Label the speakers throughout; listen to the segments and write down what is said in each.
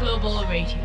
Speaker 1: Global Radio.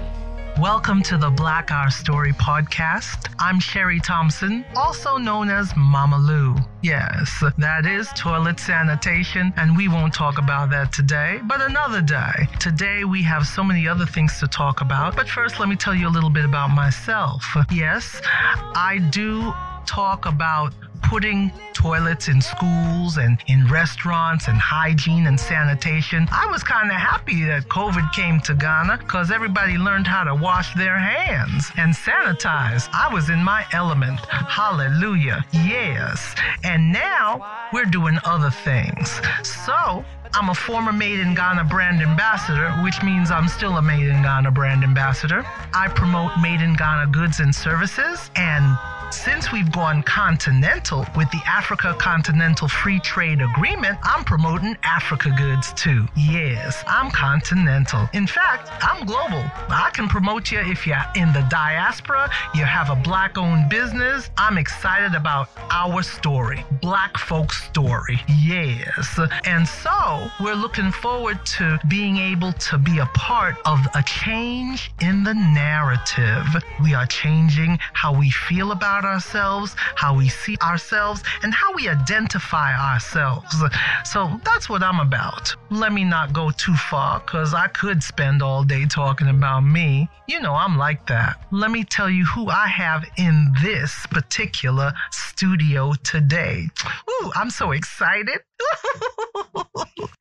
Speaker 2: Welcome to the Black Our Story podcast. I'm Sherry Thompson, also known as Mama Lou. Yes, that is toilet sanitation, and we won't talk about that today, but another day. Today we have so many other things to talk about, but first let me tell you a little bit about myself. Yes, I do talk about putting toilets in schools and in restaurants and hygiene and sanitation. I was kind of happy that COVID came to Ghana because everybody learned how to wash their hands and sanitize. I was in my element. Hallelujah. Yes. And now we're doing other things. So, I'm a former Made in Ghana brand ambassador, which means I'm still a Made in Ghana brand ambassador. I promote Made in Ghana goods and services. And since we've gone continental with the Africa Continental Free Trade Agreement, I'm promoting Africa goods too. Yes, I'm continental. In fact, I'm global. I can promote you if you're in the diaspora, you have a black owned business. I'm excited about our story, black folks' story. Yes. And so, we're looking forward to being able to be a part of a change in the narrative. We are changing how we feel about ourselves, how we see ourselves, and how we identify ourselves. So that's what I'm about. Let me not go too far because I could spend all day talking about me. You know, I'm like that. Let me tell you who I have in this particular studio today. Ooh, I'm so excited.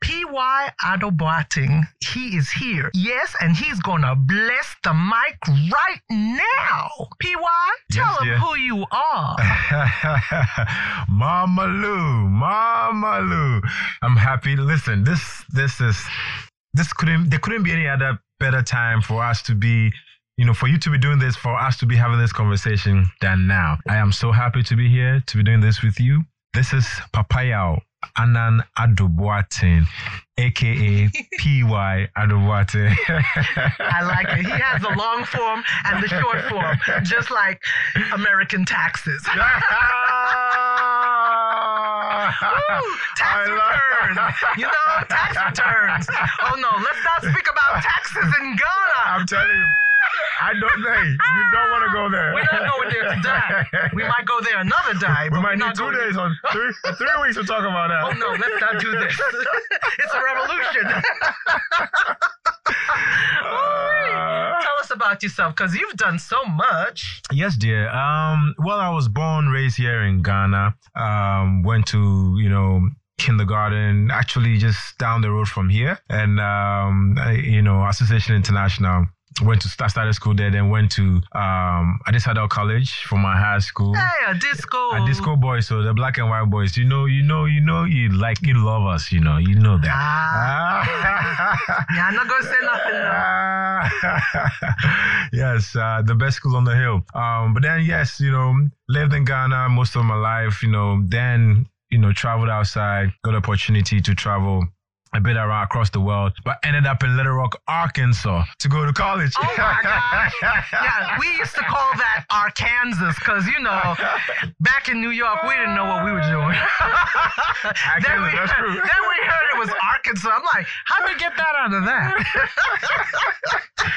Speaker 2: P.Y. Adobating, he is here. Yes, and he's gonna bless the mic right now. P.Y., tell
Speaker 3: Yes,
Speaker 2: him
Speaker 3: dear.
Speaker 2: who you are.
Speaker 3: Mama Lou, Mama Lou. I'm happy. Listen, this this is this couldn't there couldn't be any other better time for us to be you know, for you to be doing this, for us to be having this conversation than now. I am so happy to be here to be doing this with you. This is Papayao Anan Adobuatin, aka PY Adobuatin.
Speaker 2: I like it. He has the long form and the short form, just like American taxes. Ooh, tax
Speaker 3: I
Speaker 2: returns.
Speaker 3: love-
Speaker 2: You know, tax returns. Oh no, let's not speak about taxes in Ghana.
Speaker 3: I'm telling you. I don't know. You don't want to go there.
Speaker 2: We're not going there today. We might go there another day.
Speaker 3: We
Speaker 2: but we're
Speaker 3: might
Speaker 2: not
Speaker 3: need two
Speaker 2: going there.
Speaker 3: days or three, three weeks to talk about that.
Speaker 2: Oh no, let's not do this. it's a revolution.
Speaker 3: Uh,
Speaker 2: Tell us about yourself, because you've done so much.
Speaker 3: yes, dear. Um, well, I was born, raised here in Ghana. Um, went to you know kindergarten, actually just down the road from here, and um, I- you know Association International. Went to I started school there, then went to um, Adisadel College for my high school.
Speaker 2: Hey, a disco.
Speaker 3: A disco boys, so the black and white boys. You know, you know, you know, you like, you love us. You know, you know that.
Speaker 2: Ah,
Speaker 3: Ah.
Speaker 2: yeah, I'm not gonna say nothing. though.
Speaker 3: yes, uh, the best school on the hill. Um, but then, yes, you know, lived in Ghana most of my life. You know, then you know, traveled outside, got opportunity to travel. A bit around across the world, but ended up in Little Rock, Arkansas, to go to college.
Speaker 2: Oh my gosh. Yeah, we used to call that Arkansas, because you know, back in New York, we didn't know what we were doing. then, we,
Speaker 3: Arkansas, that's true.
Speaker 2: then we heard it was Arkansas. I'm like, how'd you get that out of that?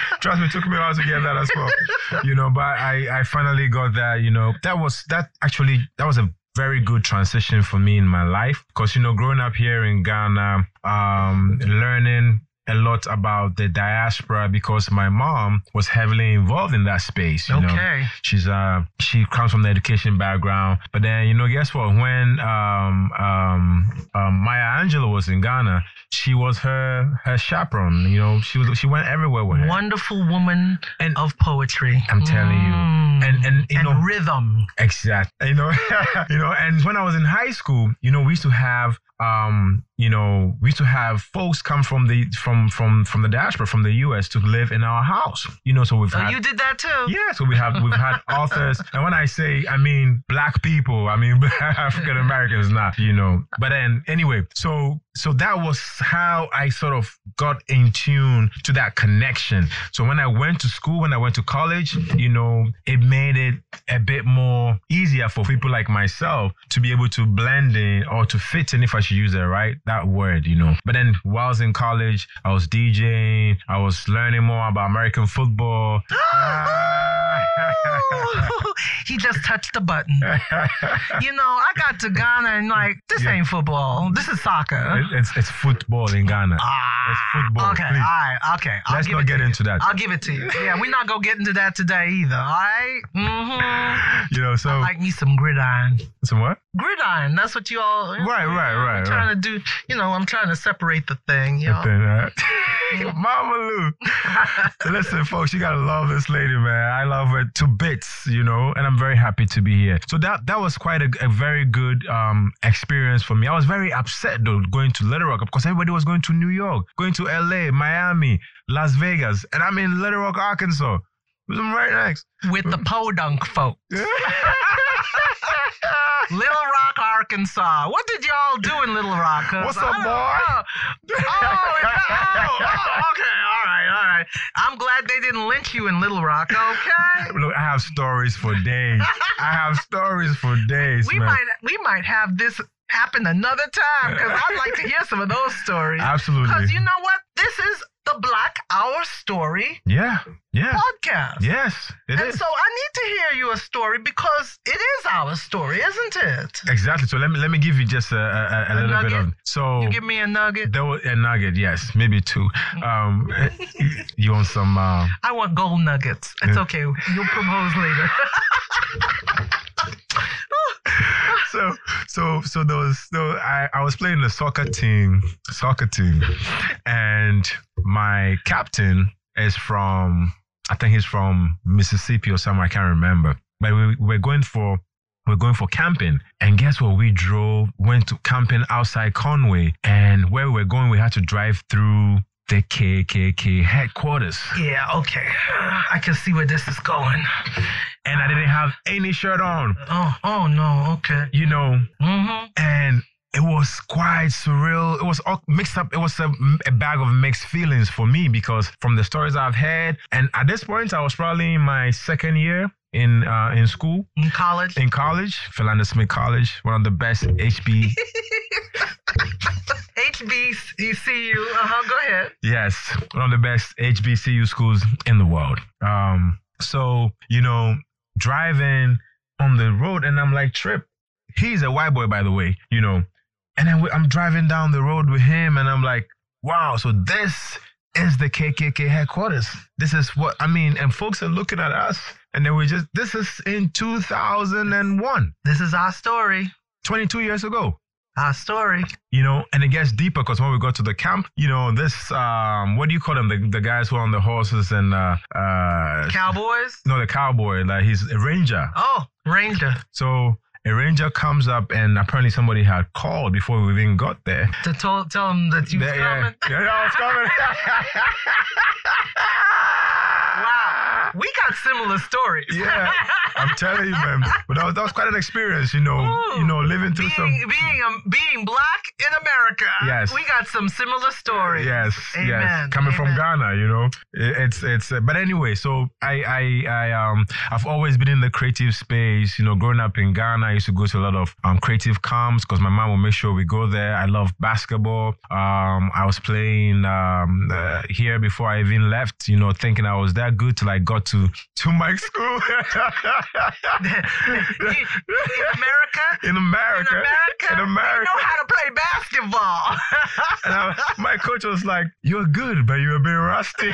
Speaker 3: Trust me, it took me a while to get that as well. You know, but I, I finally got that, you know. That was that actually that was a very good transition for me in my life. Because you know, growing up here in Ghana, um, learning a lot about the diaspora because my mom was heavily involved in that space. You know,
Speaker 2: Okay.
Speaker 3: She's uh she comes from the education background, but then you know guess what? When um um, um Maya Angelou was in Ghana, she was her her chaperone. You know, she was she went everywhere with her.
Speaker 2: Wonderful woman
Speaker 3: And-
Speaker 2: of poetry.
Speaker 3: I'm telling you.
Speaker 2: Mm.
Speaker 3: and and you
Speaker 2: and
Speaker 3: know
Speaker 2: rhythm.
Speaker 3: exactly you know you know and when i was in high school you know we used to have um you know we used to have folks come from the from from from the diaspora from the us to live in our house you know so we've
Speaker 2: So
Speaker 3: had
Speaker 2: Oh, you did that too.
Speaker 3: yeah, so we have we've had authors, and when I say I mean black people, I mean African Americans, not you know. But then anyway, so so that was how I sort of got in tune to that connection. So when I went to school, when I went to college, you know, it made it a bit more easier for people like myself to be able to blend in or to fit in, if I much user, right? That word, you know. But then while I was in college, I was DJing, I was learning more about American football.
Speaker 2: Oh, he just touched the button. You know, I got to Ghana and like, this
Speaker 3: Yeah.
Speaker 2: ain't football. This is soccer.
Speaker 3: It- it's, it's football in Ghana.
Speaker 2: Ah,
Speaker 3: It's football,
Speaker 2: Okay,
Speaker 3: please.
Speaker 2: all right, okay. I'll
Speaker 3: Let's
Speaker 2: give
Speaker 3: not
Speaker 2: it to
Speaker 3: get
Speaker 2: you.
Speaker 3: into that.
Speaker 2: I'll give it to you. Yeah, we're not gonna get into that today either. All right. Mm-hmm.
Speaker 3: You know, so
Speaker 2: Like me some gridiron.
Speaker 3: so what?
Speaker 2: Gridiron. That's what you all.
Speaker 3: Right, right, right,
Speaker 2: Trying
Speaker 3: right.
Speaker 2: to do. You know, I'm trying to separate the thing. You
Speaker 3: But
Speaker 2: know.
Speaker 3: then, uh, Mama Lou. Listen, folks, you gotta love this lady, man. I love her to bits, you know, and I'm very happy to be here. So that that was quite a, a very good um experience for me. I was very upset though going to Little Rock because everybody was going to New York, going to LA, Miami, Las Vegas, and I'm in Little Rock, Arkansas. I'm right next.
Speaker 2: With the podunk folk. Little Rock, Arkansas. What did y'all do in Little Rock? 'Cause
Speaker 3: What's
Speaker 2: I
Speaker 3: up,
Speaker 2: don't
Speaker 3: boy?
Speaker 2: know. Oh, it's- oh, oh, okay, all right, all right. I'm glad they didn't lynch you in Little Rock. Okay.
Speaker 3: Look, I have stories for days. I have stories for days,
Speaker 2: we
Speaker 3: man.
Speaker 2: might we might have this happen another time because I'd like to hear some of those stories.
Speaker 3: Absolutely.
Speaker 2: Because you know what? This is the Black Hour Story
Speaker 3: yeah, yeah,
Speaker 2: podcast.
Speaker 3: yes, it
Speaker 2: And
Speaker 3: is
Speaker 2: so I need to hear your story because it is our story, isn't it?
Speaker 3: exactly. So let me let me give you just a a, a, a
Speaker 2: A
Speaker 3: little bit of
Speaker 2: nugget?
Speaker 3: so.
Speaker 2: You give me Mm. a nugget.
Speaker 3: there was a nugget, yes, maybe two. Um, you want some? Uh,
Speaker 2: I want gold nuggets. It's
Speaker 3: Yeah.
Speaker 2: okay. You'll propose later.
Speaker 3: so, so, so there was. So I, I was playing the soccer team, soccer team, and my captain is from. I think he's from Mississippi or somewhere. I can't remember. But we we we're going for we're going for camping. And guess what? We drove, went to camping outside Conway, and where we were going, we had to drive through the KKK headquarters.
Speaker 2: yeah, okay. I can see where this is going.
Speaker 3: and I didn't have any shirt on,
Speaker 2: Oh, oh no, okay.
Speaker 3: you know,
Speaker 2: Mm-hmm.
Speaker 3: and it was quite surreal. It was all mixed up. It was a, a bag of mixed feelings for me because from the stories I've heard, and at this point, I was probably in my second year in uh, in school
Speaker 2: In college.
Speaker 3: in college, Philander Smith College, one of the best HB.
Speaker 2: HBCU. Uh-huh, go ahead.
Speaker 3: yes, one of the best HBCU schools in the world. Um, so you know, driving on the road, and I'm like, Trip, he's a white boy, by the way, you know, and then we- I'm driving down the road with him, and I'm like, wow, so this is the KKK headquarters. This is what I mean, and folks are looking at us, and then we just, this is in 2001,
Speaker 2: This is our story.
Speaker 3: 22 years ago
Speaker 2: Our story.
Speaker 3: you know, and it gets deeper because when we got to the camp, you know, this um, what do you call them? The, the guys who are on the horses and uh, uh,
Speaker 2: Cowboys.
Speaker 3: no, the cowboy, like he's a ranger.
Speaker 2: Oh, Ranger.
Speaker 3: So a ranger comes up, and apparently somebody had called before we even got there.
Speaker 2: To tell, tell him that you was
Speaker 3: There-
Speaker 2: coming.
Speaker 3: Yeah, yeah, yeah, it's coming.
Speaker 2: Wow. We got similar stories.
Speaker 3: Yeah. I'm telling you, man. But that was, that was quite an experience, you know.
Speaker 2: Ooh.
Speaker 3: you know, living through
Speaker 2: being,
Speaker 3: some.
Speaker 2: being, um, being black in America.
Speaker 3: Yes.
Speaker 2: We got some similar stories.
Speaker 3: Yes, yes,
Speaker 2: Amen,
Speaker 3: coming from
Speaker 2: amen.
Speaker 3: Ghana, you know, It- it's it's. Uh, but anyway, so I I I um I've always been in the creative space. You know, growing up in Ghana, I used to go to a lot of um creative camps because my mom would make sure we go there. I love basketball. Um, I was playing um uh, here before I even left. You know, thinking I was that good till I got to to my school
Speaker 2: in America.
Speaker 3: in
Speaker 2: In
Speaker 3: America.
Speaker 2: America,
Speaker 3: In America.
Speaker 2: they know how to play basketball.
Speaker 3: And I- my coach was like, "You're good, but you're a bit rusty."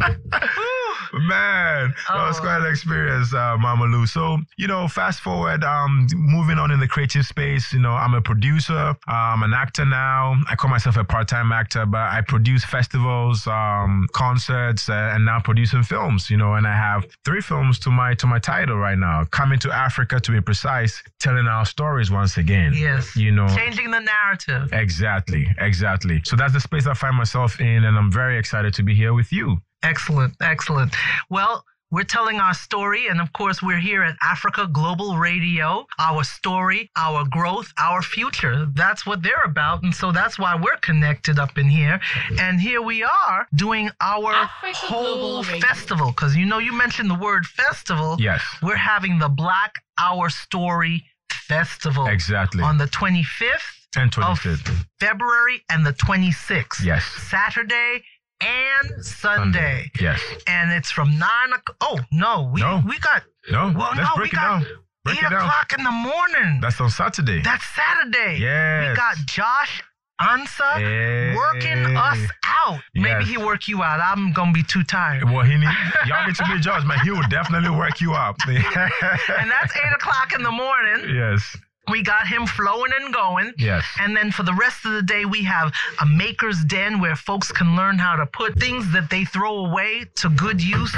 Speaker 2: Whew.
Speaker 3: Man, that was
Speaker 2: Oh.
Speaker 3: quite an experience, uh, Mama Lou. So, you know, fast forward, um, moving on in the creative space, you know, I'm a producer, I'm an actor now. I call myself a part time actor, but I produce festivals, um, concerts, uh, and now producing films, you know, and I have three films to my to my title right now Coming to Africa, to be precise, telling our stories once again.
Speaker 2: Yes.
Speaker 3: You know,
Speaker 2: Changing the narrative.
Speaker 3: exactly, exactly. So that's the space I find myself in, and I'm very excited to be here with you.
Speaker 2: Excellent, excellent. Well, we're telling our story, and of course, we're here at Africa Global Radio. Our story, our growth, our future. That's what they're about. And so that's why we're connected up in here. And here we are doing our
Speaker 1: Africa
Speaker 2: whole
Speaker 1: Global Radio.
Speaker 2: festival. Because you know, you mentioned the word festival.
Speaker 3: Yes.
Speaker 2: We're having the Black Hour Story Festival
Speaker 3: Exactly.
Speaker 2: on the 25th
Speaker 3: and
Speaker 2: of
Speaker 3: 25th.
Speaker 2: February and the 26th.
Speaker 3: Yes.
Speaker 2: Saturday and Sunday.
Speaker 3: Yes.
Speaker 2: And it's from 9 o'clock. Oh, no. We,
Speaker 3: No.
Speaker 2: we got
Speaker 3: No.
Speaker 2: Well,
Speaker 3: let's
Speaker 2: no,
Speaker 3: break
Speaker 2: we
Speaker 3: it
Speaker 2: got
Speaker 3: down. Break
Speaker 2: 8
Speaker 3: it down.
Speaker 2: o'clock in the morning.
Speaker 3: That's on Saturday.
Speaker 2: That's Saturday.
Speaker 3: yes.
Speaker 2: We got Josh Ansa working
Speaker 3: Hey.
Speaker 2: us out. Maybe
Speaker 3: Yes.
Speaker 2: he work you out. I'm going to be too tired.
Speaker 3: Well, he need, y'all need to be a judge, man. He will definitely work you up.
Speaker 2: And that's 8 o'clock in the morning.
Speaker 3: yes.
Speaker 2: We got him flowing and going.
Speaker 3: Yes.
Speaker 2: And then for the rest of the day, we have a maker's den where folks can learn how to put things that they throw away to good use,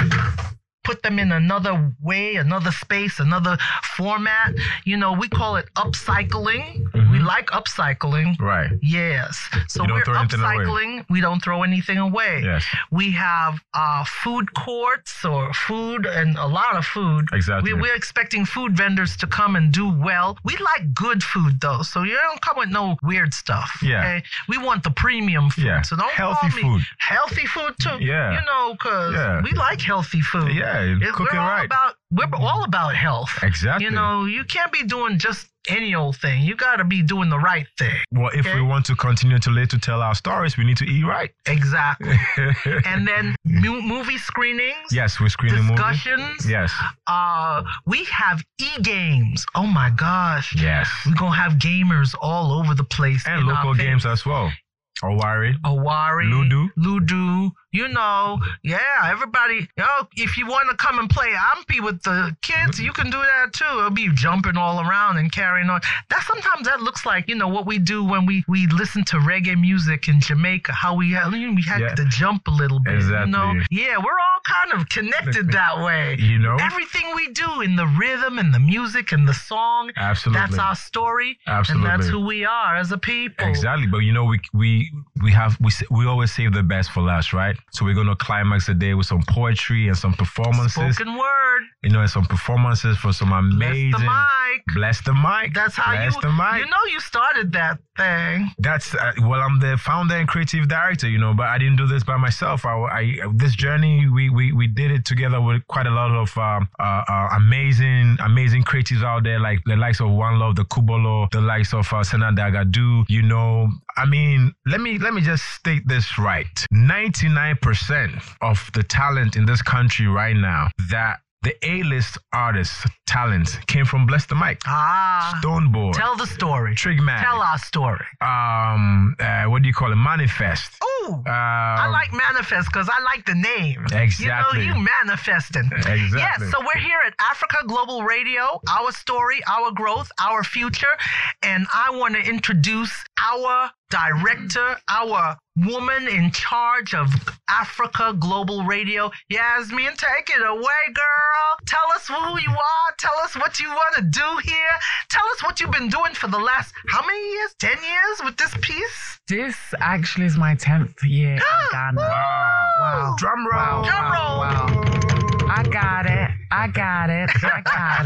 Speaker 2: put them in another way, another space, another format. You know, we call it upcycling. We
Speaker 3: Mhm.
Speaker 2: like upcycling.
Speaker 3: Right.
Speaker 2: Yes. So
Speaker 3: You don't
Speaker 2: we're
Speaker 3: throw anything away.
Speaker 2: upcycling. We don't throw anything away.
Speaker 3: Yes.
Speaker 2: We have uh, food courts or food and a lot of food.
Speaker 3: Exactly.
Speaker 2: We, we're expecting food vendors to come and do well. We like good food though, so you don't come with no weird stuff.
Speaker 3: Yeah.
Speaker 2: Okay? We want the premium food.
Speaker 3: Yeah.
Speaker 2: So don't
Speaker 3: Healthy
Speaker 2: call me
Speaker 3: food.
Speaker 2: Healthy food too.
Speaker 3: Yeah.
Speaker 2: You know, cause
Speaker 3: Yeah.
Speaker 2: we like healthy food.
Speaker 3: Yeah.
Speaker 2: It-
Speaker 3: Cooking
Speaker 2: we're all
Speaker 3: right.
Speaker 2: about we're all about health.
Speaker 3: exactly.
Speaker 2: You know, you can't be doing just any old thing. You got to be doing the right thing.
Speaker 3: well, if
Speaker 2: okay.
Speaker 3: we want to continue to live to tell our stories, we need to eat right.
Speaker 2: Exactly. and then mu- movie screenings.
Speaker 3: yes, we're screening movies.
Speaker 2: Discussions.
Speaker 3: Yes.
Speaker 2: Uh, we have e games. Oh my gosh.
Speaker 3: Yes.
Speaker 2: We're gonna have gamers all over the place.
Speaker 3: And
Speaker 2: in our
Speaker 3: local
Speaker 2: fa-
Speaker 3: games as well. Owari.
Speaker 2: Awari,
Speaker 3: Ludu.
Speaker 2: Ludu, you know, yeah, everybody. Yo, if you want to come and play Ampi with the kids, you can do that too. It'll be jumping all around and carrying on. That sometimes that looks like you know what we do when we we listen to reggae music in Jamaica. How we had, we had
Speaker 3: Yeah.
Speaker 2: to jump a little bit, you know.
Speaker 3: Exactly.
Speaker 2: Yeah, we're all kind of connected that way.
Speaker 3: You know?
Speaker 2: Everything we do in the rhythm and the music and the song.
Speaker 3: Absolutely.
Speaker 2: That's our story,
Speaker 3: Absolutely.
Speaker 2: and that's who we are as a people.
Speaker 3: Exactly, but you know we we we have we sa- we always save the best for last, right? So we're gonna climax the day with some poetry and some performances,
Speaker 2: Spoken word.
Speaker 3: you know, and some performances for some amazing.
Speaker 2: Bless the mic.
Speaker 3: Bless the mic.
Speaker 2: That's how
Speaker 3: Bless
Speaker 2: you.
Speaker 3: the mic.
Speaker 2: You know, you started that thing.
Speaker 3: That's uh, well, I'm the founder and creative director, you know, but I didn't do this by myself. I, I this journey we we we did it together with quite a lot of um, uh, uh, amazing amazing creatives out there, like the likes of One Love, the Kubolo, the likes of uh, Sena Dagadu. You know, I mean, let me let me just state this right: ninety nine percent of the talent in this country right now that. The A-list artists' talent came from Bless the Mic,
Speaker 2: Ah.
Speaker 3: Stone Boy,
Speaker 2: Tell the story.
Speaker 3: Trig Man,
Speaker 2: Tell our story.
Speaker 3: um uh, what do you call it manifest
Speaker 2: Ooh.
Speaker 1: Oh,
Speaker 3: um,
Speaker 2: I like manifest because I like the name.
Speaker 3: Exactly.
Speaker 2: You know, you manifesting.
Speaker 3: Exactly.
Speaker 2: Yes, so we're here at Africa Global Radio, our story, our growth, our future. And I want to introduce our director, our woman in charge of Africa Global Radio, Yasmin. Take it away, girl. Tell us who you are. Tell us what you want to do here. Tell us what you've been doing for the last how many years? 10 years with this piece?
Speaker 1: This actually is my 10th year in Ghana.
Speaker 3: wow.
Speaker 1: Wow.
Speaker 3: Ah, drum roll
Speaker 1: Wow.
Speaker 2: Drum roll.
Speaker 1: I got it. I got it. I got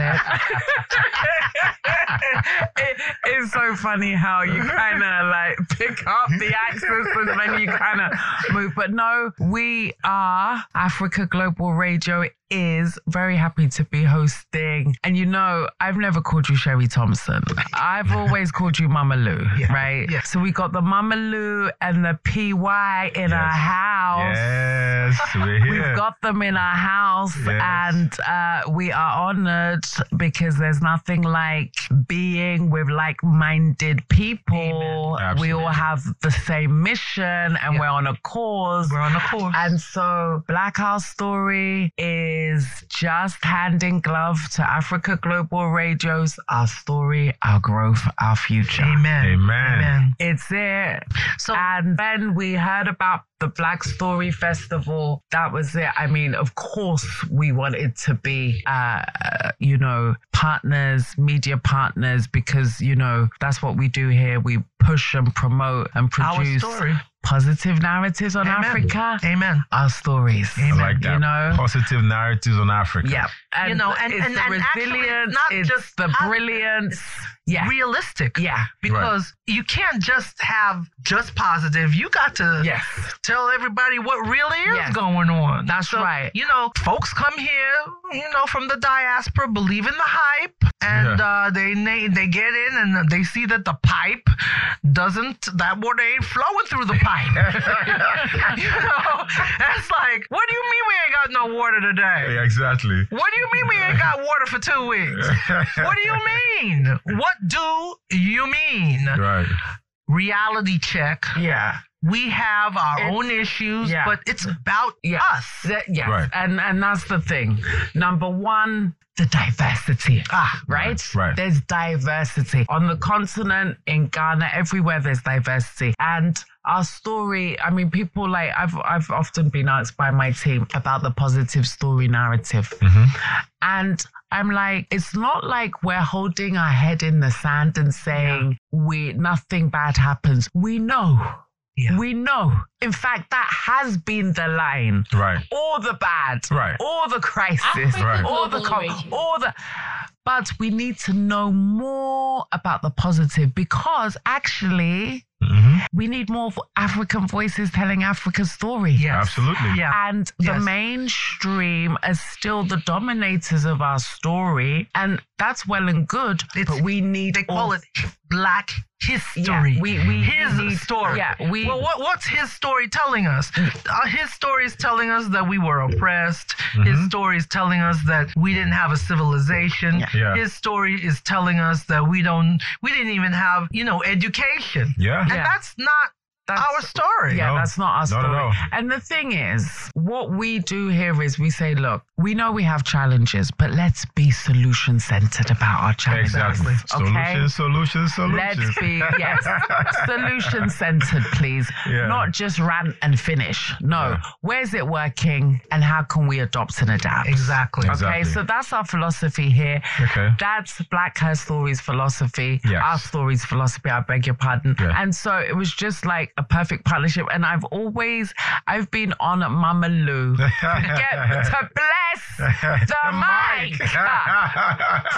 Speaker 1: it. it it's so funny how you kind of like pick up the accents and then you kind of move. But no, we are Africa Global Radio is very happy to be hosting. And you know, I've never called you Sherry Thompson. I've always called you Mama Lou,
Speaker 2: Yeah.
Speaker 1: right?
Speaker 2: Yeah.
Speaker 1: So we got the Mama Lou and the PY in our
Speaker 3: Yes.
Speaker 1: house.
Speaker 3: yes we're
Speaker 1: We've
Speaker 3: here
Speaker 1: got them in our house,
Speaker 3: Yes.
Speaker 1: and uh, we are honored because there's nothing like being with like minded people.
Speaker 3: Amen.
Speaker 1: We all
Speaker 3: Absolutely.
Speaker 1: have the same mission, and
Speaker 2: Yeah.
Speaker 1: we're on a cause.
Speaker 2: We're on a course.
Speaker 1: And so Black House Story is just hand in glove to Africa Global Radio's our story, our growth, our future.
Speaker 2: Amen.
Speaker 3: Amen.
Speaker 1: It's it.
Speaker 2: So
Speaker 1: And then we heard about the Black Story Festival. That was it. I mean, of course, we wanted to be, uh, you know, partners, media partners, because, you know, that's what we do here. We push and promote and
Speaker 2: our
Speaker 1: produce
Speaker 2: story.
Speaker 1: positive narratives on
Speaker 2: Amen.
Speaker 1: Africa,
Speaker 2: Amen.
Speaker 1: our stories.
Speaker 3: I like that
Speaker 1: You know?
Speaker 3: positive narratives on Africa
Speaker 1: Yeah, and
Speaker 2: know, and-
Speaker 1: it's
Speaker 2: and-
Speaker 1: the
Speaker 2: and actually
Speaker 1: resilience,
Speaker 2: not
Speaker 1: it's
Speaker 2: just
Speaker 1: the
Speaker 2: Africa,
Speaker 1: brilliance, Yeah.
Speaker 2: realistic.
Speaker 1: Yeah.
Speaker 2: Because you can't just have just positive. You got to
Speaker 1: Yes.
Speaker 2: tell everybody what really is
Speaker 1: Yes.
Speaker 2: going on.
Speaker 1: That's
Speaker 2: So,
Speaker 1: right.
Speaker 2: You know, folks come here, you know, from the diaspora, believe in the hype, and uh, they na- they get in and they see that the pipe doesn't that water ain't flowing through the pipe. you know, it's like, what do you mean we ain't got no water today?
Speaker 3: Yeah, exactly.
Speaker 2: What do you mean we ain't got water for two weeks? What do you mean? What do you mean?
Speaker 3: Right.
Speaker 2: Reality check.
Speaker 1: Yeah.
Speaker 2: We have our
Speaker 1: It's-
Speaker 2: own issues,
Speaker 1: yeah.
Speaker 2: but it's about
Speaker 1: Yeah.
Speaker 2: us.
Speaker 1: Th- yes.
Speaker 3: Right.
Speaker 1: And and that's the thing. Number one, the diversity.
Speaker 2: Ah,
Speaker 1: Right?
Speaker 3: Right.
Speaker 1: There's diversity on the continent, in Ghana, everywhere there's diversity. And our story, I mean, people like I've I've often been asked by my team about the positive story narrative.
Speaker 3: Mm-hmm.
Speaker 1: And I'm like, it's not like we're holding our head in the sand and saying we nothing bad happens. We know.
Speaker 2: Yeah.
Speaker 1: We know. In fact, that has been the line.
Speaker 3: Right.
Speaker 1: All the bad,
Speaker 3: Right.
Speaker 1: all the crisis,
Speaker 4: Africa
Speaker 3: Right.
Speaker 1: all the
Speaker 4: global
Speaker 1: com-
Speaker 4: awakening.
Speaker 1: all the. But we need to know more about the positive because actually
Speaker 3: Mm-hmm.
Speaker 1: we need more African voices telling Africa's story.
Speaker 2: yes.
Speaker 3: Absolutely.
Speaker 2: Yeah.
Speaker 1: And the
Speaker 2: Yes.
Speaker 1: mainstream is still the dominators of our story. And that's well and good,
Speaker 2: It's-
Speaker 1: but we need
Speaker 2: They
Speaker 1: all-
Speaker 2: call it black
Speaker 1: yeah,
Speaker 2: history.
Speaker 1: we, we,
Speaker 2: his
Speaker 1: we need,
Speaker 2: story.
Speaker 1: Yeah, we,
Speaker 2: well, what, what's his story telling us? Uh, his story is telling us that we were oppressed. His
Speaker 3: Mhm.
Speaker 2: story is telling us that we didn't have a civilization.
Speaker 1: Yeah.
Speaker 3: Yeah.
Speaker 2: His story is telling us that we don't, we didn't even have, you know, education.
Speaker 3: Yeah.
Speaker 2: And
Speaker 1: Yeah.
Speaker 2: that's not
Speaker 1: that's,
Speaker 2: our story.
Speaker 1: Yeah,
Speaker 3: No,
Speaker 1: that's not our
Speaker 3: not at
Speaker 1: story.
Speaker 3: all.
Speaker 1: And the thing is, what we do here is we say, look, we know we have challenges, but let's be solution centered about our challenges.
Speaker 3: Exactly.
Speaker 1: Okay?
Speaker 3: Solutions, solutions, solutions.
Speaker 1: Let's be, yes, solution centered, please.
Speaker 3: Yeah.
Speaker 1: Not just rant and finish. No,
Speaker 3: Yeah.
Speaker 1: where's it working and how can we adopt and adapt?
Speaker 2: Exactly.
Speaker 3: Exactly.
Speaker 1: Okay, so that's our philosophy here.
Speaker 3: okay.
Speaker 1: That's Black Her Stories philosophy,
Speaker 3: Yes.
Speaker 1: our stories philosophy, I beg your pardon.
Speaker 3: Yeah.
Speaker 1: And so it was just like a perfect partnership. And I've always, I've been on Mama Lou to, get, to bless the mic.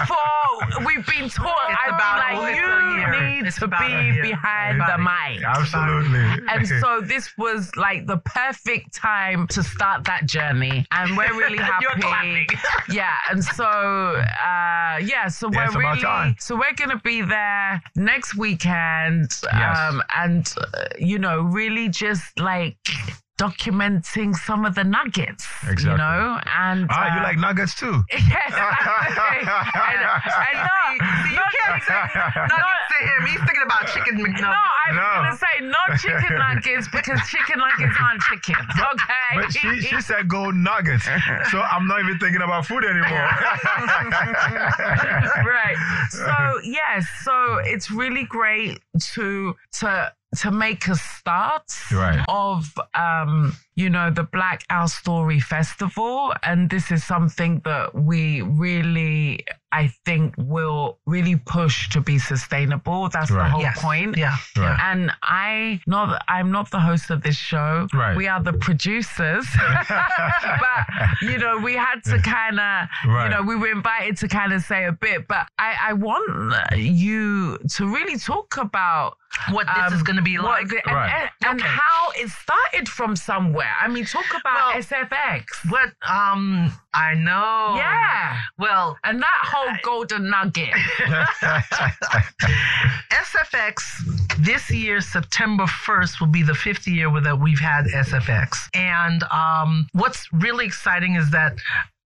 Speaker 1: for, we've been taught,
Speaker 2: It's about
Speaker 1: I've
Speaker 2: all
Speaker 1: been like,
Speaker 2: it's
Speaker 1: you
Speaker 2: on here.
Speaker 1: need
Speaker 2: It's
Speaker 1: to
Speaker 2: about
Speaker 1: be
Speaker 2: on here.
Speaker 1: behind the mic.
Speaker 3: Absolutely.
Speaker 1: And so this was like the perfect time to start that journey. And we're really happy.
Speaker 2: You're clapping.
Speaker 1: Yeah. And so uh yeah, so
Speaker 3: Yeah, it's about
Speaker 1: we're really
Speaker 3: time.
Speaker 1: so we're gonna be there next weekend.
Speaker 3: Yes.
Speaker 1: Um and uh, you know, really just like documenting some of the nuggets. You
Speaker 3: Exactly.
Speaker 1: know? And
Speaker 3: ah, you
Speaker 1: uh,
Speaker 3: like nuggets too.
Speaker 1: Yes. I know. I know.
Speaker 2: See, you
Speaker 1: Not-
Speaker 2: can't say nuggets to him. He's thinking about chicken
Speaker 1: no,
Speaker 2: McNuggets.
Speaker 1: I was
Speaker 3: No.
Speaker 1: gonna say not chicken nuggets because chicken nuggets aren't chicken. Okay.
Speaker 3: But she, she said gold nuggets. So I'm not even thinking about food anymore.
Speaker 1: right. So yes, so it's really great to to to make a start
Speaker 3: Right.
Speaker 1: of um you know the Black Our Story Festival, and this is something that we really I think will really push to be sustainable. That's the
Speaker 3: Right.
Speaker 1: whole
Speaker 2: Yes.
Speaker 1: point.
Speaker 2: Yeah.
Speaker 3: Right.
Speaker 1: And I not I'm not the host of this show.
Speaker 3: Right.
Speaker 1: We are the producers. but you know, we had to kind of,
Speaker 3: Right.
Speaker 1: you know, we were invited to kind of say a bit. But I, I want you to really talk about
Speaker 2: What this
Speaker 1: um,
Speaker 2: is going to be
Speaker 1: what
Speaker 2: like.
Speaker 1: the- and,
Speaker 3: Right.
Speaker 1: and, and
Speaker 2: Okay.
Speaker 1: how it started from somewhere. I mean, talk about
Speaker 2: Well-
Speaker 1: SFX.
Speaker 2: What, um, I know.
Speaker 1: Yeah.
Speaker 2: Well,
Speaker 1: And that whole golden nugget.
Speaker 2: SFX this year, September 1st, will be the fifth year that we've had SFX. And um, what's really exciting is that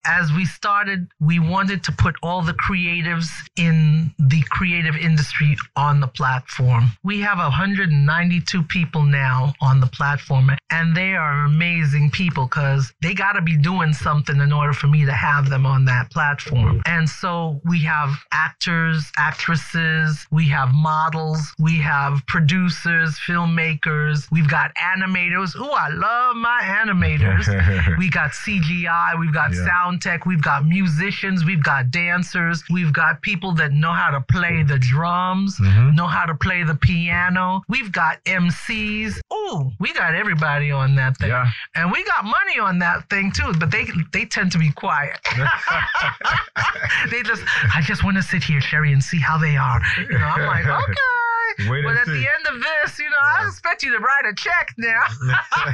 Speaker 2: as we started, we wanted to put all the creatives in the creative industry on the platform. We have 192 people now on the platform, and they are amazing people because they got to be doing something in order for me to have them on that platform. And so we have actors, actresses, we have models, we have producers, filmmakers, we've got animators. Ooh, I love my animators. We got CGI, we've got
Speaker 3: Yeah.
Speaker 2: sound sound tech, we've got musicians, we've got dancers, we've got people that know how to play the drums,
Speaker 3: Mhm.
Speaker 2: know how to play the piano. We've got MCs. Ooh, we got everybody on that thing.
Speaker 3: Yeah.
Speaker 2: And we got money on that thing too, but they they tend to be quiet. they just I just want to sit here, Sherry, and see how they are. You know, I'm like, okay.
Speaker 3: Wait
Speaker 2: but
Speaker 3: and
Speaker 2: at the
Speaker 3: see.
Speaker 2: end of this, you know, I
Speaker 3: Yeah.
Speaker 2: expect you to write a check now.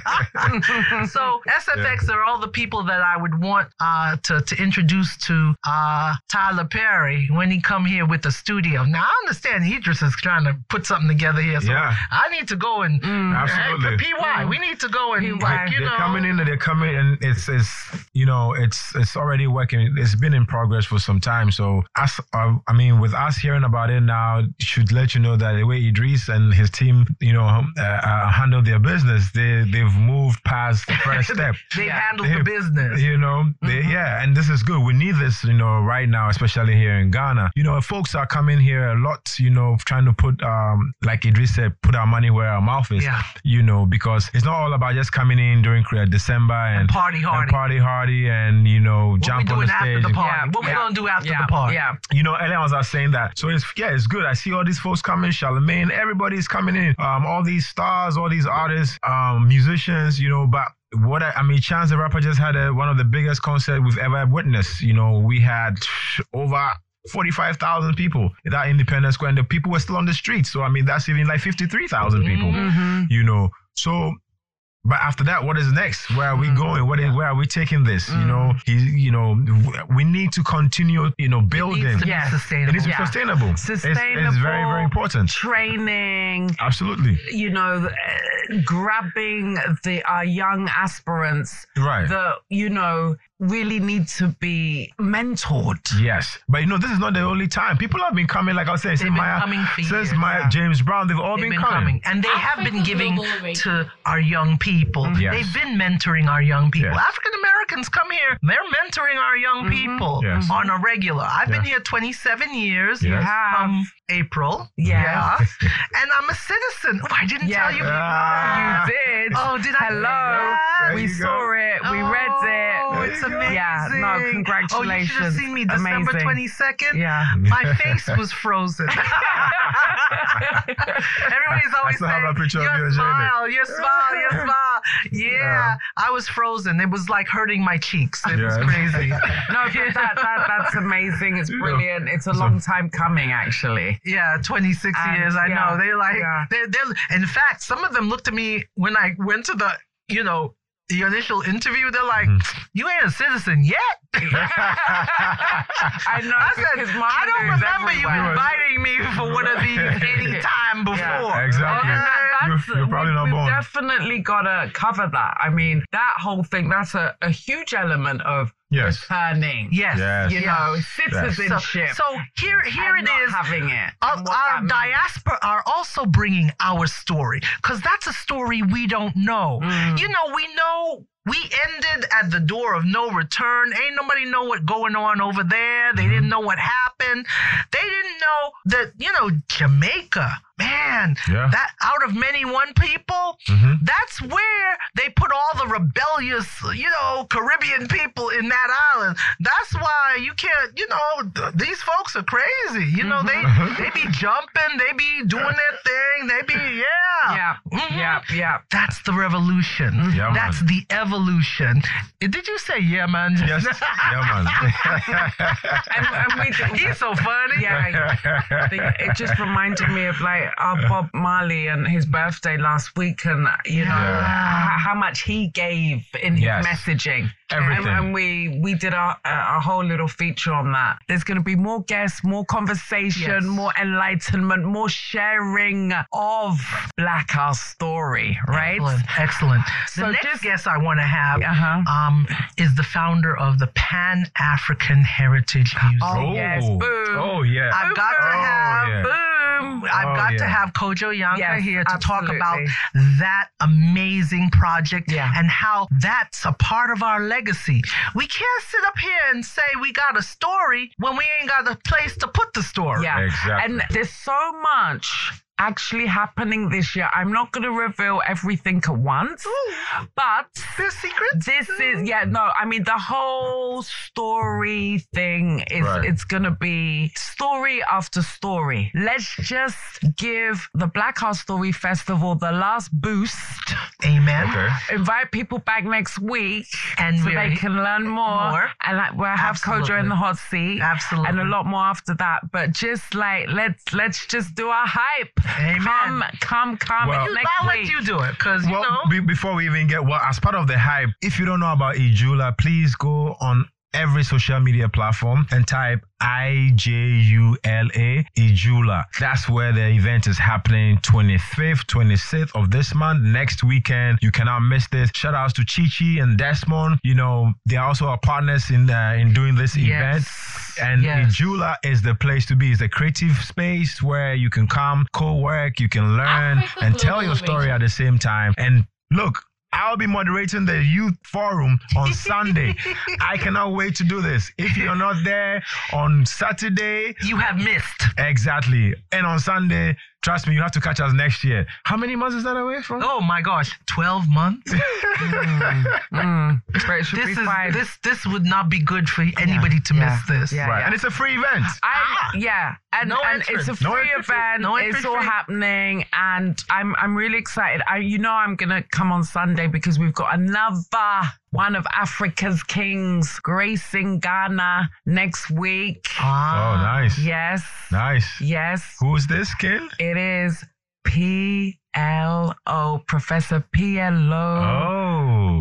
Speaker 2: so SFX are all the people that I would want uh, to to introduce to uh, Tyler Perry when he come here with the studio. Now I understand Idris is trying to put something together here. So
Speaker 3: Yeah.
Speaker 2: I need to go and
Speaker 1: Mm.
Speaker 3: Absolutely.
Speaker 2: Hey, PY, we need to go and
Speaker 1: PY.
Speaker 2: like, you
Speaker 3: they're
Speaker 2: know.
Speaker 3: coming in and they're coming and it's it's you know it's it's already working it's been in progress for some time so us uh, i mean with us hearing about it now it should let you know that the way idris and his team you know um, uh, uh, handle their business they they've moved past the first step
Speaker 2: They
Speaker 1: Yeah.
Speaker 2: handle
Speaker 3: They-
Speaker 2: the business.
Speaker 3: you know, they,
Speaker 2: Mm-hmm.
Speaker 3: yeah, and this is good. We need this, you know, right now, especially here in Ghana. You know, folks are coming here a lot, you know, trying to put, um, like Idris said, put our money where our mouth is,
Speaker 2: Yeah.
Speaker 3: you know, because it's not all about just coming in during uh, December and,
Speaker 2: And party
Speaker 3: and
Speaker 2: hardy.
Speaker 3: party hardy and, you know,
Speaker 2: What we
Speaker 3: jump on the
Speaker 2: doing
Speaker 3: stage.
Speaker 2: after the
Speaker 3: and-
Speaker 2: party?
Speaker 1: Yeah.
Speaker 2: What we
Speaker 1: Yeah.
Speaker 2: gonna do after
Speaker 1: yeah,
Speaker 2: the party?
Speaker 1: Yeah.
Speaker 3: you know, earlier I was saying that. So it's yeah, it's good. I see all these folks coming, Charlemagne, everybody's coming in. Um, all these stars, all these artists, um, musicians, you know, but what I, I mean, Chance the Rapper just had a, one of the biggest concert we've ever witnessed. You know, we had over 45,000 people in that Independence Square, and the people were still on the streets. So, I mean, that's even like 53,000 people,
Speaker 1: Mm-hmm.
Speaker 3: you know. So, but after that, what is next? Where are we
Speaker 1: Mm.
Speaker 3: going? What is, where are we taking this? You
Speaker 1: Mm.
Speaker 3: know, he, you know, w- we need to continue, you know, building.
Speaker 2: Needs to
Speaker 1: Yes.
Speaker 2: be
Speaker 3: It
Speaker 2: sustainable.
Speaker 3: needs to be
Speaker 1: Yeah.
Speaker 3: sustainable. It's- It's,
Speaker 1: Sustainable.
Speaker 3: very, very important.
Speaker 1: Training,
Speaker 3: Absolutely.
Speaker 1: you know, uh, grabbing the our young aspirants
Speaker 3: Right.
Speaker 1: that you know really need to be mentored.
Speaker 3: yes. But you know, this is not the only time. People have been coming, like I was saying,
Speaker 2: They've been
Speaker 3: since Maya,
Speaker 2: coming for
Speaker 3: since
Speaker 2: years.
Speaker 3: Maya,
Speaker 2: Yeah.
Speaker 3: James Brown, they've all
Speaker 2: They've
Speaker 3: been,
Speaker 2: been
Speaker 3: coming.
Speaker 2: coming, and they have been
Speaker 4: African
Speaker 2: giving
Speaker 4: Global Radio.
Speaker 2: to our young people.
Speaker 3: Mm-hmm. Yes.
Speaker 2: They've been mentoring our young people.
Speaker 3: Yes. Mm-hmm.
Speaker 2: African Americans come here; they're mentoring our young
Speaker 1: Mhm.
Speaker 2: people
Speaker 3: Yes.
Speaker 2: on a regular. I've been
Speaker 3: Yes.
Speaker 2: here 27 years.
Speaker 3: Yes. You
Speaker 1: have.
Speaker 2: From April.
Speaker 1: Yes.
Speaker 2: and I'm a citizen. Oh, I didn't
Speaker 1: Yeah.
Speaker 2: tell you.
Speaker 3: Ah.
Speaker 1: You did.
Speaker 2: Oh, did I?
Speaker 1: Hello.
Speaker 3: There
Speaker 1: we
Speaker 3: you go.
Speaker 1: saw it. We
Speaker 2: Oh,
Speaker 1: read it.
Speaker 3: There
Speaker 2: it's
Speaker 3: you go.
Speaker 2: amazing.
Speaker 1: Yeah,
Speaker 2: Oh, you
Speaker 1: no,
Speaker 2: should have
Speaker 1: congratulations.
Speaker 2: seen me December
Speaker 1: Amazing.
Speaker 2: 22nd.
Speaker 1: Yeah.
Speaker 2: My face was frozen. Everybody's always
Speaker 3: still
Speaker 2: saying,
Speaker 3: have that picture of
Speaker 2: your,
Speaker 3: you, Jamie."
Speaker 2: smile, your smile, your smile. Yeah,
Speaker 3: Yeah.
Speaker 2: I was frozen. It was like hurting my cheeks. It was
Speaker 3: Yeah.
Speaker 2: crazy.
Speaker 1: No, but that, that that's amazing. It's brilliant. It's a long time coming, actually.
Speaker 2: Yeah, 26
Speaker 1: And,
Speaker 2: years. I
Speaker 1: yeah,
Speaker 2: know. They're like,
Speaker 1: yeah.
Speaker 2: they're, they're, in fact, some of them looked at me when I went to the, you know, the initial interview. They're like,
Speaker 3: Mm-hmm.
Speaker 2: you ain't a citizen yet.
Speaker 1: I know.
Speaker 2: I said,
Speaker 1: because my
Speaker 2: I don't
Speaker 1: mother is
Speaker 2: remember you
Speaker 1: everywhere.
Speaker 2: inviting me for one of these any time before.
Speaker 3: Exactly.
Speaker 1: And that-
Speaker 2: Okay?
Speaker 1: that's-
Speaker 3: You're- you're probably
Speaker 1: we-
Speaker 3: not
Speaker 1: we've
Speaker 3: born.
Speaker 1: definitely got to cover that. I mean, that whole thing, that's a, a huge element of
Speaker 3: Yes.
Speaker 1: returning.
Speaker 2: Yes.
Speaker 3: Yes.
Speaker 1: You
Speaker 2: Yeah.
Speaker 1: know,
Speaker 2: So,
Speaker 1: citizenship.
Speaker 2: so here, here
Speaker 1: and
Speaker 2: it
Speaker 1: not
Speaker 2: is.
Speaker 1: having it.
Speaker 2: Our,
Speaker 1: and what
Speaker 2: our
Speaker 1: that means.
Speaker 2: diaspora are also bringing our story because that's a story we don't know.
Speaker 1: Mm.
Speaker 2: You know, we know we ended at the door of no return. Ain't nobody know what going on over there. They
Speaker 3: Mm.
Speaker 2: didn't know what happened. They didn't know that you know Jamaica, man.
Speaker 3: Yeah.
Speaker 2: That out of many one people,
Speaker 3: Mhm.
Speaker 2: that's where they put all the rebellious, you know, Caribbean people in that island. That's why you can't, you know, th- these folks are crazy. You know,
Speaker 3: Mm-hmm.
Speaker 2: they they be jumping, they be doing their thing, they be yeah.
Speaker 1: Yeah,
Speaker 2: Mhm.
Speaker 1: yeah, yeah.
Speaker 2: That's the revolution.
Speaker 3: Yeah, man.
Speaker 2: That's the evolution. Did you say yeah, man?
Speaker 3: Yes. yeah,
Speaker 1: And, and we, do-
Speaker 2: He's so funny.
Speaker 1: yeah,
Speaker 3: man.
Speaker 1: the- it just reminded me of like our Bob Marley and his birthday last week, and you know
Speaker 3: Yeah.
Speaker 1: h- how much he gave in his
Speaker 3: Yes.
Speaker 1: messaging.
Speaker 3: Everything.
Speaker 1: And, and we we did our a a whole little feature on that. There's going to be more guests, more conversation,
Speaker 2: Yes.
Speaker 1: more enlightenment, more sharing of Black Our Story, right?
Speaker 2: Excellent. Excellent. The
Speaker 1: So
Speaker 2: next
Speaker 1: just-
Speaker 2: guest I want to have
Speaker 1: Uh huh.
Speaker 2: um, is the founder of the Pan African Heritage Museum.
Speaker 1: Oh, yes. Boom.
Speaker 3: Oh, yeah.
Speaker 2: I've got to
Speaker 3: Oh,
Speaker 2: have
Speaker 3: yeah.
Speaker 1: Boom.
Speaker 2: I've
Speaker 3: Oh,
Speaker 2: got to
Speaker 3: yeah.
Speaker 2: have Kojo Yanka
Speaker 1: Yes,
Speaker 2: here to talk about
Speaker 1: absolutely.
Speaker 2: that amazing project
Speaker 1: Yeah.
Speaker 2: and how that's a part of our legacy. We can't sit up here and say we got a story when we ain't got a place to put the story.
Speaker 1: Yeah.
Speaker 3: Exactly.
Speaker 1: And there's so much actually happening this year. I'm not going to reveal everything at once, but
Speaker 2: There's secrets?
Speaker 1: this is yeah no i mean the whole story thing is
Speaker 3: Right.
Speaker 1: it's gonna be story after story let's just give the black heart story festival the last boost
Speaker 2: Amen.
Speaker 3: Okay.
Speaker 1: invite people back next week
Speaker 2: And
Speaker 1: so
Speaker 2: we'll-
Speaker 1: they can learn more,
Speaker 2: more.
Speaker 1: and like we'll have
Speaker 2: Absolutely.
Speaker 1: Kojo in the hot seat
Speaker 2: Absolutely.
Speaker 1: and a lot more after that but just like let's let's just do our hype
Speaker 2: Amen.
Speaker 1: come come come
Speaker 3: Well-
Speaker 1: it's
Speaker 2: You-
Speaker 1: next
Speaker 2: I'll
Speaker 1: week.
Speaker 2: let you do it because
Speaker 3: Well,
Speaker 2: you know.
Speaker 3: be- before we even get well, as part of the hype, if you don't know about Ijula, please go on every social media platform and type I J U L A Ijula. That's where the event is happening 25th, 26th of this month, next weekend. You cannot miss this. Shout outs to Chichi and Desmond. You know, they're also our partners in uh, in doing this event.
Speaker 2: Yes.
Speaker 3: And
Speaker 2: Yes.
Speaker 3: Ijula is the place to be. It's a creative space where you can come, co-work, you can learn,
Speaker 4: Africa
Speaker 3: and tell
Speaker 4: Global
Speaker 3: your story
Speaker 4: Vision.
Speaker 3: at the same time. And look, I'll be moderating the youth forum on Sunday. I cannot wait to do this. If you're not there on Saturday,
Speaker 2: you have missed.
Speaker 3: exactly, and on Sunday, trust me, you have to catch us next year. How many months is that away from?
Speaker 2: Oh my gosh, 12 months?
Speaker 1: Mm, but it should
Speaker 2: This
Speaker 1: be
Speaker 2: is
Speaker 1: fine.
Speaker 2: this this would not be good for anybody to
Speaker 1: Yeah.
Speaker 2: miss this.
Speaker 1: Yeah.
Speaker 3: right, and it's a free event.
Speaker 1: I,
Speaker 2: Ah.
Speaker 1: yeah, and,
Speaker 2: No
Speaker 1: and
Speaker 2: entrance.
Speaker 1: it's a
Speaker 3: No
Speaker 1: free
Speaker 3: entrance fee.
Speaker 1: event.
Speaker 2: No entrance
Speaker 1: it's all
Speaker 2: fee.
Speaker 1: happening, and I'm I'm really excited. I you know I'm gonna come on Sunday because we've got another one of Africa's kings gracing Ghana next week.
Speaker 3: Oh,
Speaker 2: Ah,
Speaker 3: nice,
Speaker 1: Yes,
Speaker 3: nice.
Speaker 1: yes,
Speaker 3: Who's this kid?
Speaker 1: it is P L O Professor P L O Um,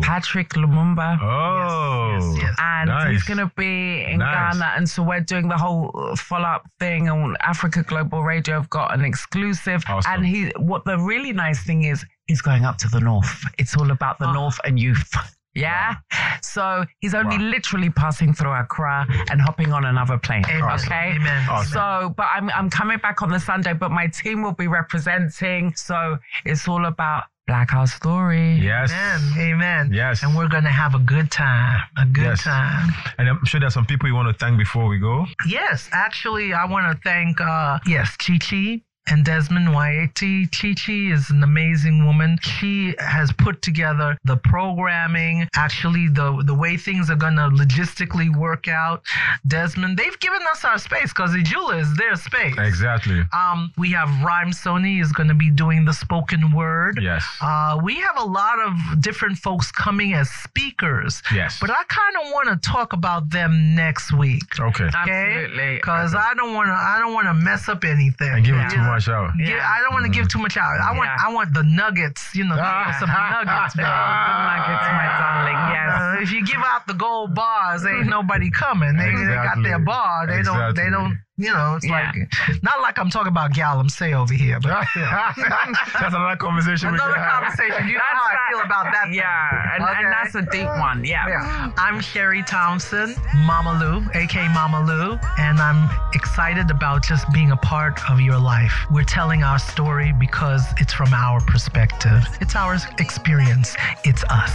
Speaker 3: Oh,
Speaker 1: Patrick Lumumba.
Speaker 3: oh,
Speaker 2: Yes, yes, yes.
Speaker 1: and
Speaker 3: Nice.
Speaker 1: he's going to be in
Speaker 3: Nice.
Speaker 1: Ghana. And so we're doing the whole follow up thing, and Africa Global Radio have got an exclusive.
Speaker 3: Awesome.
Speaker 1: And he, what the really nice thing is, he's going up to the north. It's all about the
Speaker 3: Oh.
Speaker 2: Ah.
Speaker 1: north and youth. Yeah. So he's only
Speaker 3: Wow.
Speaker 1: literally passing through Accra and hopping on another plane.
Speaker 2: Amen.
Speaker 3: Awesome.
Speaker 1: Okay.
Speaker 2: Amen.
Speaker 3: Awesome.
Speaker 1: So, but I'm I'm coming back on the Sunday, but my team will be representing. So it's all about Black House Story.
Speaker 3: yes.
Speaker 2: Amen. Amen.
Speaker 3: Yes.
Speaker 2: And we're gonna have a good time. A good
Speaker 3: Yes.
Speaker 2: time.
Speaker 3: And I'm sure there's some people you want to thank before we go.
Speaker 2: Yes, actually, I want to thank, uh, yes, Chi Chi and Desmond Wyati. Chi Chi is an amazing woman. She has put together the programming, actually, the, the way things are going to logistically work out. Desmond, they've given us our space because Ijula is their space.
Speaker 3: Exactly.
Speaker 2: Um, we have Rhyme Sony is going to be doing the spoken word.
Speaker 3: Yes.
Speaker 2: Uh, we have a lot of different folks coming as speakers,
Speaker 3: yes.
Speaker 2: but I kind of want to talk about them next week
Speaker 3: okay.
Speaker 1: Absolutely.
Speaker 2: because I don't want to. I don't want to mess up anything.
Speaker 3: And give
Speaker 2: Yeah.
Speaker 3: it too much out.
Speaker 2: Yeah,
Speaker 1: Yeah.
Speaker 2: I don't want to give too much out. I want.
Speaker 1: Yeah.
Speaker 2: I want the nuggets. You know, give
Speaker 3: Ah.
Speaker 2: us some nuggets, man.
Speaker 1: Good nuggets, my darling. Yes.
Speaker 2: Uh, if you give out the gold bars, ain't nobody coming. They, they got their
Speaker 3: Exactly.
Speaker 2: bar. They don't. They
Speaker 3: Exactly.
Speaker 2: don't. You know, it's
Speaker 1: Yeah.
Speaker 2: like not like I'm talking about Gallum say over here, but
Speaker 3: That's another conversation we can
Speaker 2: another
Speaker 3: have.
Speaker 2: conversation. You know how I feel about that. thing.
Speaker 1: Yeah, and,
Speaker 2: Okay.
Speaker 1: and that's a deep one. Yeah.
Speaker 2: Yeah. I'm Sherry Thompson, Mama Lou, aka Mama Lou, and I'm excited about just being a part of your life. We're telling our story because it's from our perspective. It's our experience. It's us.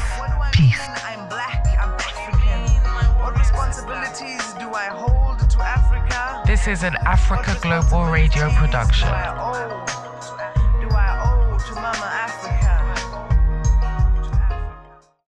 Speaker 2: Peace.
Speaker 5: I'm black, I'm African. What responsibilities do I hold to Africa?
Speaker 1: This is an Africa Global Radio production.
Speaker 5: What responsibilities do I owe